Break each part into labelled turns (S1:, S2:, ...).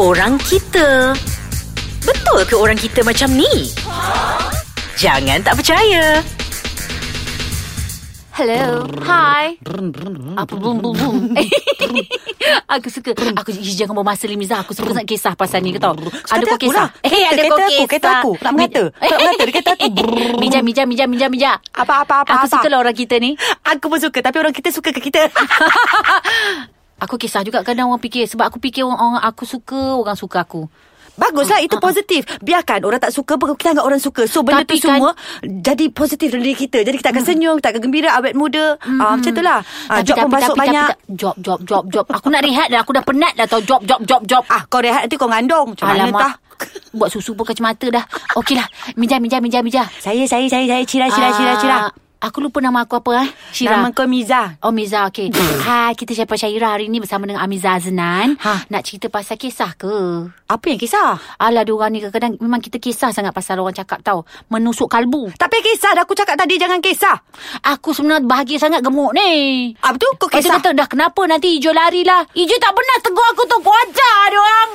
S1: orang kita. Betul ke orang kita macam ni? Jangan tak percaya.
S2: Hello. Hi. Apa bum bum bum. aku suka. Aku ish, jangan buat masa Limiza. Aku suka sangat kisah pasal ni ke tau.
S3: Suka
S2: ada
S3: hati
S2: kau
S3: aku lah.
S2: kisah. Eh, ada
S3: Kereta
S2: kau
S3: aku,
S2: kisah.
S3: kereta aku. Tak mengata. Tak mengata, dia kereta aku. Brrr.
S2: Mijam, mijam, mijam, mijam, mijam.
S3: Apa, apa, apa,
S2: Aku
S3: apa?
S2: suka lah orang kita ni.
S3: Aku pun suka Tapi orang kita suka ke kita
S2: Aku kisah juga kadang orang fikir. Sebab aku fikir orang, orang aku suka, orang suka aku.
S3: Baguslah
S2: Ha,
S3: Itu positif Biarkan orang tak suka pun Kita anggap orang suka So benda
S2: Tapi
S3: tu
S2: kan- Hmm.
S3: semua Jadi positif dalam diri kita Jadi kita akan senyum Kita akan gembira Awet muda Ah, Macam tu lah Ah, Job pun masuk banyak
S2: tak- job, job, job, job. Aku nak rehat dah. Aku dah penat dah tau. Job, job, job, job.
S3: Ah, kau rehat nanti kau ngandung Macam mana tah
S2: Buat susu pun kacamata dah. lah. Okeylah. Mijam, mijam, mijam, mijam.
S3: Saya, saya, saya, saya Cira, cira, cira, cira
S2: Ah, Aku lupa nama aku apa eh. Syira.
S3: Nama kau Hmm. Miza
S2: Oh Miza, okey. Hai, kita Syaifah Syairah hari ni bersama dengan Amiza Aznan.
S3: Ha.
S2: Nak cerita pasal kisah ke?
S3: Apa yang kisah?
S2: Alah, diorang ni kadang-kadang memang kita kisah sangat pasal orang cakap tau. Menusuk kalbu.
S3: Tak payah kisah Dah aku cakap tadi Jangan kisah
S2: Aku sebenarnya bahagia sangat gemuk ni.
S3: Apa tu? Kau
S2: Lepas tu
S3: kisah
S2: kata, dah kenapa nanti Ijo lari lah. Ijo tak pernah tegur aku tu. Aku ajar dia orang.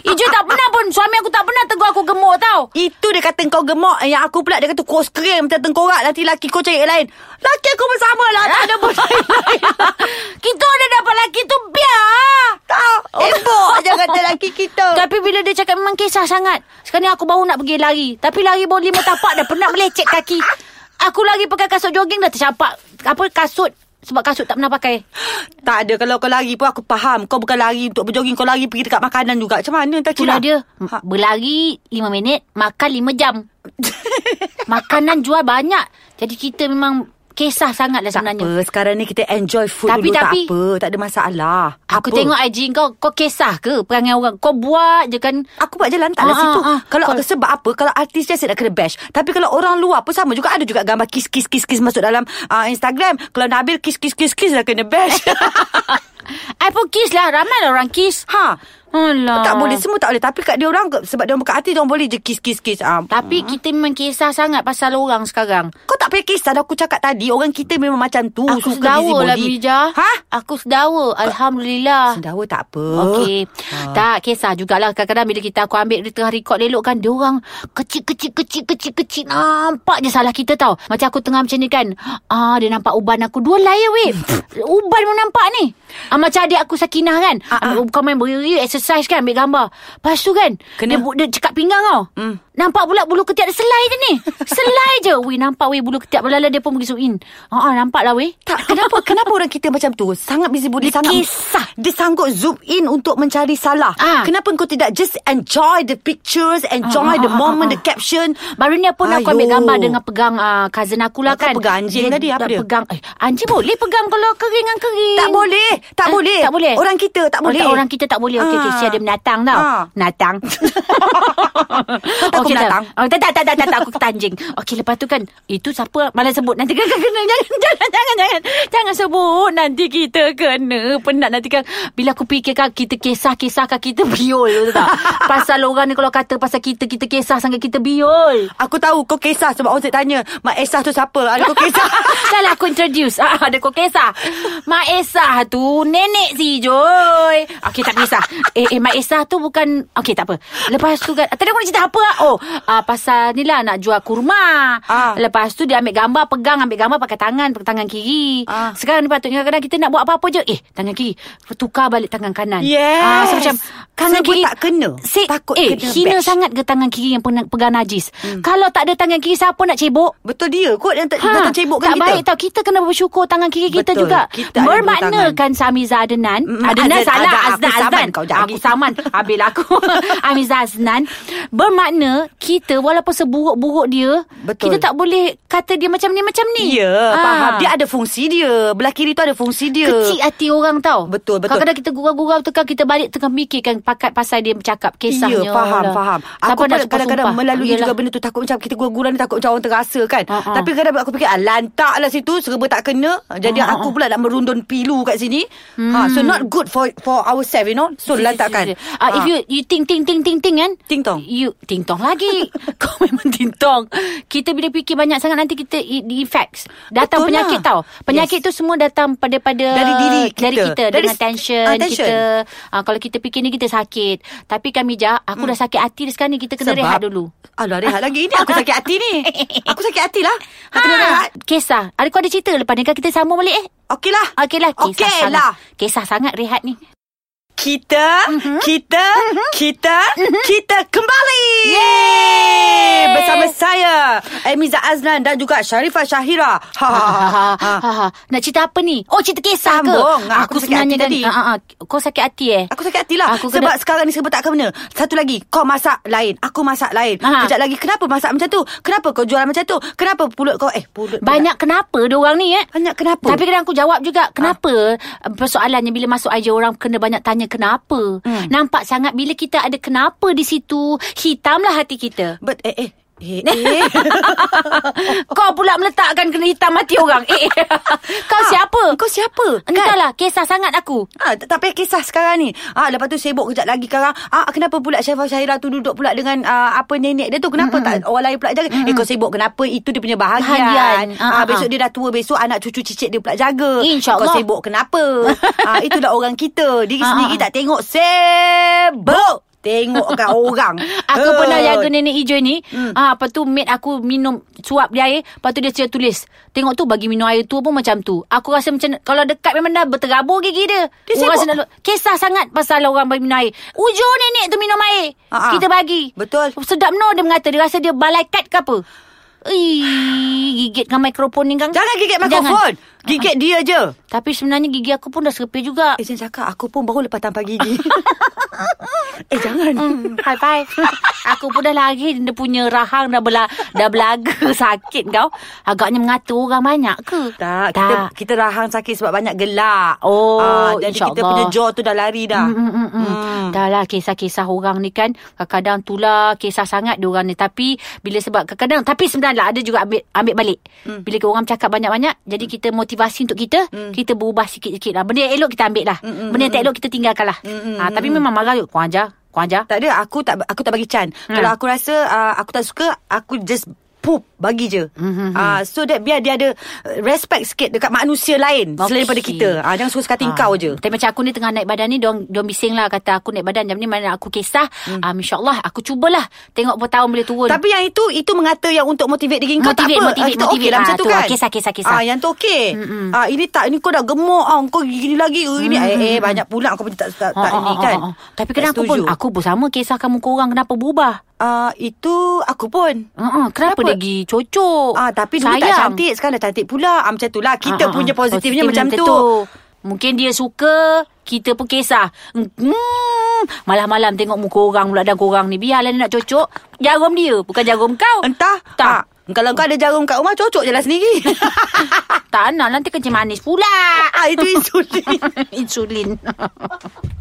S2: Ijo tak pernah pun. Suami aku tak pernah tegur aku gemuk tau.
S3: Itu dia kata kau gemuk Yang aku pula dia kata Kau skrim Macam tengkorak Nanti laki kau cari yang lain Laki aku bersama lah Tak ada pun lain
S2: Kita ada dapat lelaki tu biar.
S3: Tak Ebok je kata laki kita
S2: Oh. Tapi bila dia cakap memang kisah sangat. Sekarang ni aku baru nak pergi lari. Tapi lari baru lima tapak dah penat melecek kaki. Aku lari pakai kasut jogging dah tercapak. Apa kasut. Sebab kasut tak pernah pakai.
S3: Tak ada Kalau kau lari pun aku faham Kau bukan lari untuk berjoging Kau lari pergi dekat makanan juga Macam mana tak
S2: Itulah
S3: kira
S2: dia.
S3: ha.
S2: Berlari lima minit, makan lima jam. Makanan jual banyak. Jadi kita memang kisah sangat lah
S3: Tak
S2: sebenarnya.
S3: apa Sekarang ni kita enjoy food
S2: Tapi-
S3: dulu
S2: tapi-
S3: Tak apa Tak ada masalah
S2: Aku
S3: apa?
S2: tengok IG kau, kau kisah ke perangai orang? Kau buat je kan.
S3: Aku buat je lantak lah
S2: Ah,
S3: situ
S2: ah, ah.
S3: Kalau
S2: Kalau-
S3: sebab apa Kalau artis je saya nak kena bash Tapi kalau orang luar pun sama juga Ada juga gambar kiss-kiss-kiss-kiss Masuk dalam ah, Instagram Kalau Nabil kiss-kiss-kiss-kiss Dah kena bash
S2: I pun kiss lah. Ramai lah orang kiss.
S3: Ha
S2: Alah.
S3: Tak boleh semua tak boleh Tapi kat dia orang Sebab dia orang buka hati Dia orang boleh je kiss-kiss-kiss ah.
S2: Tapi kita memang kisah sangat pasal orang sekarang.
S3: Kau tak payah kisah dah Aku cakap tadi Orang kita memang macam tu
S2: Aku
S3: suka busy
S2: sedawa lah
S3: body.
S2: Bija
S3: Ha?
S2: Aku sedawa Alhamdulillah
S3: Sendawa tak apa
S2: Okey
S3: Ah.
S2: Tak kisah jugalah Kadang-kadang bila kita Aku ambil dia tengah record elok kan Diorang Kecil-kecil-kecil-kecil-kecil Nampak je salah kita tau Macam aku tengah macam ni kan Ah Dia nampak uban aku Dua layer weh Uban pun nampak ni ah, Macam adik aku Sakinah kan
S3: Ah,
S2: uh Kau main beri Exercise kan Ambil gambar Lepas tu kan
S3: Kena.
S2: Dia, bu- dia cekat pinggang tau
S3: Hmm.
S2: Nampak pula bulu ketiak dia selai je ni Selai je Weh nampak weh bulu ketiak Lala dia pun pergi zoom in ah, ah, Nampak lah weh
S3: tak, kenapa kenapa orang kita macam tu? Sangat busy body,
S2: Dia
S3: sangat Ah,
S2: kisah.
S3: Dia sanggup zoom in untuk mencari salah.
S2: Ah.
S3: Kenapa kau tidak just enjoy the pictures,
S2: Ah,
S3: enjoy
S2: ah,
S3: the
S2: ah,
S3: moment,
S2: ah,
S3: the caption?
S2: Baru ni pun aku
S3: Ayuh.
S2: ambil gambar dengan pegang uh, cousin aku lah
S3: Kau
S2: kan.
S3: pegang anjing tadi, apa
S2: tak
S3: dia?
S2: Pegang, eh, anjing boleh pegang kalau kering dengan kering.
S3: Tak boleh, tak
S2: Eh,
S3: boleh.
S2: Tak boleh.
S3: Orang kita tak
S2: Oh,
S3: boleh.
S2: Orang kita tak boleh. Okey,
S3: Ah.
S2: okey. Syah dia menatang tau.
S3: Ah.
S2: Natang. Kau
S3: takut menatang?
S2: Oh, tak, tak, tak, tak, tak, tak. Aku kata anjing. Okey, lepas tu kan. Itu siapa malah sebut. Nanti kan kena. Jangan, jangan, jangan, jangan. Jangan sebut. Nanti kita kena. Penat nanti kan. Bila aku fikirkan kita kisah-kisahkan kita biol. tu Tak? pasal orang ni kalau kata pasal kita, kita kisah sangat kita biol.
S3: Aku tahu kau kisah sebab orang saya tanya, Mak Esah tu siapa? Ada kau kisah.
S2: Dah lah aku introduce ah, Ada kau kisah Mak Esah tu Nenek si Joy Okey tak kisah Eh, eh Mak Esah tu bukan Okey tak apa Lepas tu kan Tadi aku nak cerita apa ah? Oh ah, Pasal ni lah Nak jual kurma
S3: Ah.
S2: Lepas tu dia ambil gambar Pegang ambil gambar Pakai tangan Pakai tangan kiri
S3: Ah.
S2: Sekarang ni patutnya Kadang-kadang kita nak buat apa-apa je Eh tangan kiri Tukar balik tangan kanan
S3: Yes.
S2: ah, So macam Tangan
S3: Serba
S2: kiri
S3: tak kena.
S2: si,
S3: Takut
S2: Eh
S3: kena
S2: hina
S3: bash. Hmm.
S2: sangat ke tangan kiri Yang pena- pegang najis Kalau tak ada tangan kiri Siapa nak cebok
S3: Betul dia kot yang ha, datang cebokkan
S2: tak
S3: kita.
S2: baik tau. Kita kena bersyukur tangan kiri kita
S3: Betul.
S2: juga.
S3: Kita ada
S2: Bermakna
S3: dua tangan.
S2: kan Samiza Adnan.
S3: Mm,
S2: Adnan
S3: Azan,
S2: salah.
S3: Azan.
S2: Aznan,
S3: Aku saman
S2: Aznan.
S3: kau jadi.
S2: Aku saman. Habis lah aku. Amiza Aznan. Bermakna kita walaupun seburuk-buruk dia.
S3: Betul.
S2: Kita tak boleh kata dia macam ni, macam ni. Ah.
S3: Ya, faham. Dia ada fungsi dia. Belah kiri tu ada fungsi dia.
S2: Kecil hati orang tau
S3: Betul, betul.
S2: Kadang-kadang kita gurau-gurau tu kan Kita balik tengah fikirkan Pakat pasal dia bercakap Kisahnya
S3: Ya faham
S2: lah.
S3: faham
S2: Siapa nak
S3: Aku pun
S2: sumpah-sumpah?
S3: kadang-kadang melalui
S2: Yelah.
S3: juga benda tu Takut macam kita gurau-gurau ni Takut macam orang terasa kan
S2: Ha, ha.
S3: Tapi kadang aku fikir ah, Lantak lah situ Serba tak kena Jadi
S2: Ha, Hmm. ha,
S3: aku pula nak merundun pilu kat sini ha, So not good for for for ourselves, you know. So, Ha. letakkan. Ah.
S2: Uh, if you you ting ting ting ting ting kan?
S3: Ting tong.
S2: You ting tong lagi. Kau memang ting tong. Kita bila fikir banyak sangat nanti kita i- di effects. Datang
S3: Betul
S2: penyakit
S3: lah.
S2: tau. Penyakit yes. tu semua datang pada pada
S3: Dari diri kita.
S2: dari kita
S3: Dari
S2: dengan
S3: s-
S2: tension,
S3: ah, tension.
S2: kita. Uh, kalau kita fikir ni kita sakit. Tapi kami jah, aku hmm. dah sakit hati dah sekarang ni kita kena Sebab rehat dulu.
S3: Alah, rehat lagi. Ini aku sakit hati ni. Aku sakit hati lah. Ha. Kena rehat.
S2: Kisah. Ada kau ada cerita lepas ni kan kita sama balik eh?
S3: Okey lah.
S2: Okeylah, kisah
S3: Okey
S2: sangat.
S3: lah.
S2: Kisah sangat rehat ni.
S3: Kita,
S2: Mhm.
S3: kita, kita, kita kembali. Yeay! Bersama saya, Emiza Azlan dan juga Sharifah Syahira. Ha, ha,
S2: Ha,
S3: ha,
S2: ha, ha, ha. Nak cerita apa ni? Oh, cerita kisah
S3: Sambung.
S2: ke?
S3: Aku sakit hati tadi.
S2: Ha, ha, ha. Kau sakit hati eh?
S3: Aku sakit hati lah
S2: Aku
S3: Aku
S2: kena-
S3: Sebab sekarang ni serba tak kena Satu lagi Kau masak lain Aku masak lain
S2: Aha.
S3: Kejap lagi Kenapa masak macam tu Kenapa kau jual macam tu Kenapa pulut kau Eh pulut
S2: Banyak kenapa diorang ni eh?
S3: Banyak kenapa
S2: Tapi kadang aku jawab juga
S3: Ah.
S2: Kenapa ha. Persoalannya bila masuk aja Orang kena banyak tanya kenapa hmm. Nampak sangat Bila kita ada kenapa di situ Hitamlah hati kita
S3: But, eh eh Eh, eh.
S2: Kau pula meletakkan Kena hitam hati orang eh, eh. Kau siapa?
S3: Kau kan? siapa?
S2: Entahlah Kisah sangat aku
S3: Ah, tak, tak payah kisah sekarang ni. Ah, lepas tu sibuk kejap lagi sekarang. Ah, kenapa pula Syaifah Syahira tu duduk pula dengan ah, apa nenek dia tu? Kenapa mm-hmm. tak orang lain pula jaga? Mm-hmm. Eh, kau sibuk kenapa? Itu dia punya bahagian.
S2: Bahagian. Ah,
S3: Ah,
S2: ah, ah.
S3: besok dia dah tua, besok anak cucu cicit dia pula jaga.
S2: InsyaAllah.
S3: Kau sibuk kenapa? ah, itulah orang kita. Diri
S2: Ah, ah,
S3: sendiri
S2: ah.
S3: tak tengok sibuk. Tengokkan orang.
S2: Aku
S3: Eh.
S2: pernah jaga nenek hijau ni. Hmm. Ah, apa tu mate aku minum suap dia air, lepas tu dia cakap tulis. Tengok tu bagi minum air tu pun macam tu. Aku rasa macam kalau dekat memang dah berterabur gigi dia.
S3: Dia
S2: orang
S3: sibuk.
S2: selalu kisah sangat pasal orang bagi minum air. Ujung nenek tu minum air.
S3: Ah, ah.
S2: Kita bagi.
S3: Betul.
S2: Sedap no dia mengata dia rasa dia balai kat ke apa. Ih, gigit dengan mikrofon ni kang.
S3: Jangan gigit mikrofon.
S2: Jangan. Ah,
S3: Gigit dia je.
S2: Tapi sebenarnya gigi aku pun dah serepih juga.
S3: Eh, jangan cakap. Aku pun baru lepas tampar gigi. eh, jangan.
S2: Hmm, high five. Aku pun dah lari dia punya rahang dah bela dah belaga sakit kau. Agaknya mengata orang banyak ke?
S3: Tak, kita kita rahang sakit sebab banyak gelak.
S2: Oh,
S3: Ah, jadi kita
S2: insyaAllah.
S3: punya jaw tu dah lari dah.
S2: Hmm, hmm, hmm, hmm. Dah lah kisah-kisah orang ni kan Kadang-kadang tu lah Kisah sangat diorang ni Tapi Bila sebab Kadang-kadang Tapi sebenarnya lah Ada juga ambil, ambil balik hmm. Bila orang cakap banyak-banyak Jadi kita motivasi untuk kita hmm. Kita berubah sikit-sikit lah Benda yang elok kita ambil lah hmm. Benda yang tak elok kita tinggalkan lah hmm. ha, Tapi memang marah yuk Kau ajar Kau ajar
S3: Tak ada, aku tak aku tak bagi can.
S2: Hmm.
S3: Kalau aku rasa uh, aku tak suka, aku just poop bagi je.
S2: Hmm, hmm,
S3: Ah, so that biar dia ada uh, respect sikit dekat manusia lain okay. selain
S2: Okey.
S3: daripada kita. Ah, jangan suka suka hati
S2: Ah,
S3: kau je.
S2: Tapi macam aku ni tengah naik badan ni Diorang, diorang bising lah Kata aku naik badan Jam ni mana aku kisah hmm. um, InsyaAllah aku cubalah Tengok berapa tahun boleh turun
S3: Tapi yang itu itu mengata yang untuk motivate diri kau tak
S2: Motivate,
S3: apa.
S2: motivate,
S3: kita okey
S2: motivate.
S3: lah macam
S2: Ah,
S3: tu
S2: tu,
S3: kan.
S2: ah, kisah, kisah, kisah.
S3: Ah yang tu okey. Ah ini tak ini kau dah gemuk ah kau gini lagi. Oh, ini eh, eh banyak pula kau punya tak tak, tak ini kan.
S2: ha, ha. Tapi kadang
S3: Tak
S2: aku pun
S3: setuju.
S2: Aku pun sama kisah kamu korang Kenapa berubah
S3: Ah itu aku pun.
S2: Ha, ha, kenapa,
S3: Kenapa?
S2: kenapa lagi cocok?
S3: Ah tapi dulu Sayang. tak cantik sekarang dah cantik pula. Ah macam tulah kita
S2: Ah, ah,
S3: punya
S2: ah.
S3: positifnya
S2: Positifnya
S3: macam tu.
S2: Mungkin dia suka, kita pun kisah. Hmm, malam-malam tengok muka orang pula dan korang ni. Biarlah dia nak cocok. Jarum dia, bukan jarum kau.
S3: Entah.
S2: Tak.
S3: Ah, kalau kau ada jarum kat rumah cocok je lah sendiri.
S2: Tak nak nanti kencing manis pula.
S3: ah itu insulin.
S2: Insulin.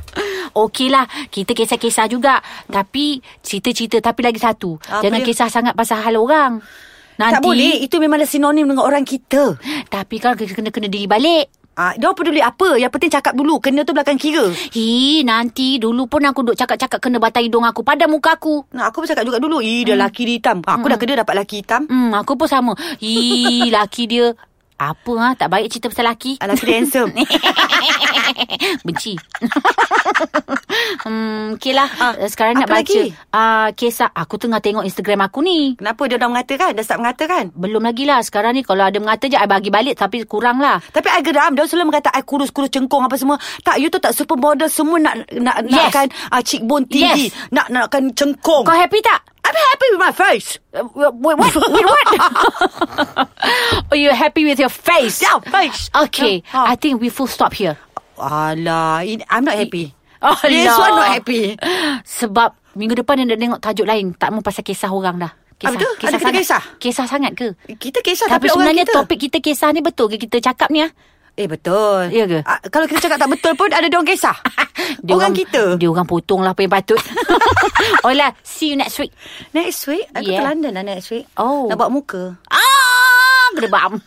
S2: Okeylah, kita kisah-kisah juga. Tapi cerita-cerita tapi lagi satu.
S3: Apa
S2: Jangan
S3: dia?
S2: kisah sangat pasal hal orang. Nanti
S3: tak boleh. Itu memang sinonim dengan orang kita.
S2: Tapi kan kita kena kena diri balik.
S3: Ah dia peduli apa? Yang penting cakap dulu. Kena tu belakang kira.
S2: Hi, nanti dulu pun aku duk cakap-cakap kena batang hidung aku pada muka aku.
S3: Nah, aku pun cakap juga dulu. Ih, dia laki dia hitam. Ah, aku dah kena dapat laki hitam.
S2: Hmm, aku pun sama. Hi, laki dia apa ah tak baik cerita pasal laki.
S3: Ah, laki dia handsome.
S2: Benci. hmm, okeylah.
S3: Ah,
S2: Ah, Sekarang nak
S3: apa
S2: baca
S3: lagi?
S2: ah kisah aku tengah tengok Instagram aku ni.
S3: Kenapa dia dah mengata kan? Dah start mengata kan?
S2: Belum lagi lah Sekarang ni kalau ada mengata je I bagi balik Tapi kurang lah
S3: Tapi I geram Dia selalu mengata I kurus-kurus cengkung apa semua Tak you tu tak supermodel Semua nak nak
S2: Yes.
S3: nakkan uh, cheekbone tinggi
S2: Yes.
S3: Nak nakkan cengkung
S2: Kau happy tak?
S3: I'm happy with my face
S2: Uh, wait, what? Wait, what? Are you happy with your face?
S3: Yeah, face.
S2: Okay
S3: Yeah. Ah.
S2: I think we full stop here
S3: Alah in, I'm not happy
S2: Oh,
S3: This
S2: no.
S3: one not happy
S2: Sebab minggu depan dia nak tengok tajuk lain Tak mau pasal kisah orang dah Kisah,
S3: Apa tu? Ah, Ada kita
S2: sangat.
S3: kisah?
S2: Kisah sangat ke?
S3: Kita kisah
S2: Tapi,
S3: Tapi, orang
S2: sebenarnya
S3: kita.
S2: topik kita kisah ni betul ke kita cakap ni ah?
S3: Eh betul
S2: Ya ke?
S3: Ah, Kalau kita cakap tak betul pun Ada diorang kisah
S2: Dia
S3: Orang kita
S2: Dia orang potong lah apa yang patut Oh lah See you next week
S3: Next week Aku
S2: Yeah.
S3: ke London lah next week
S2: Oh.
S3: Nak buat muka
S2: Ah Gedebam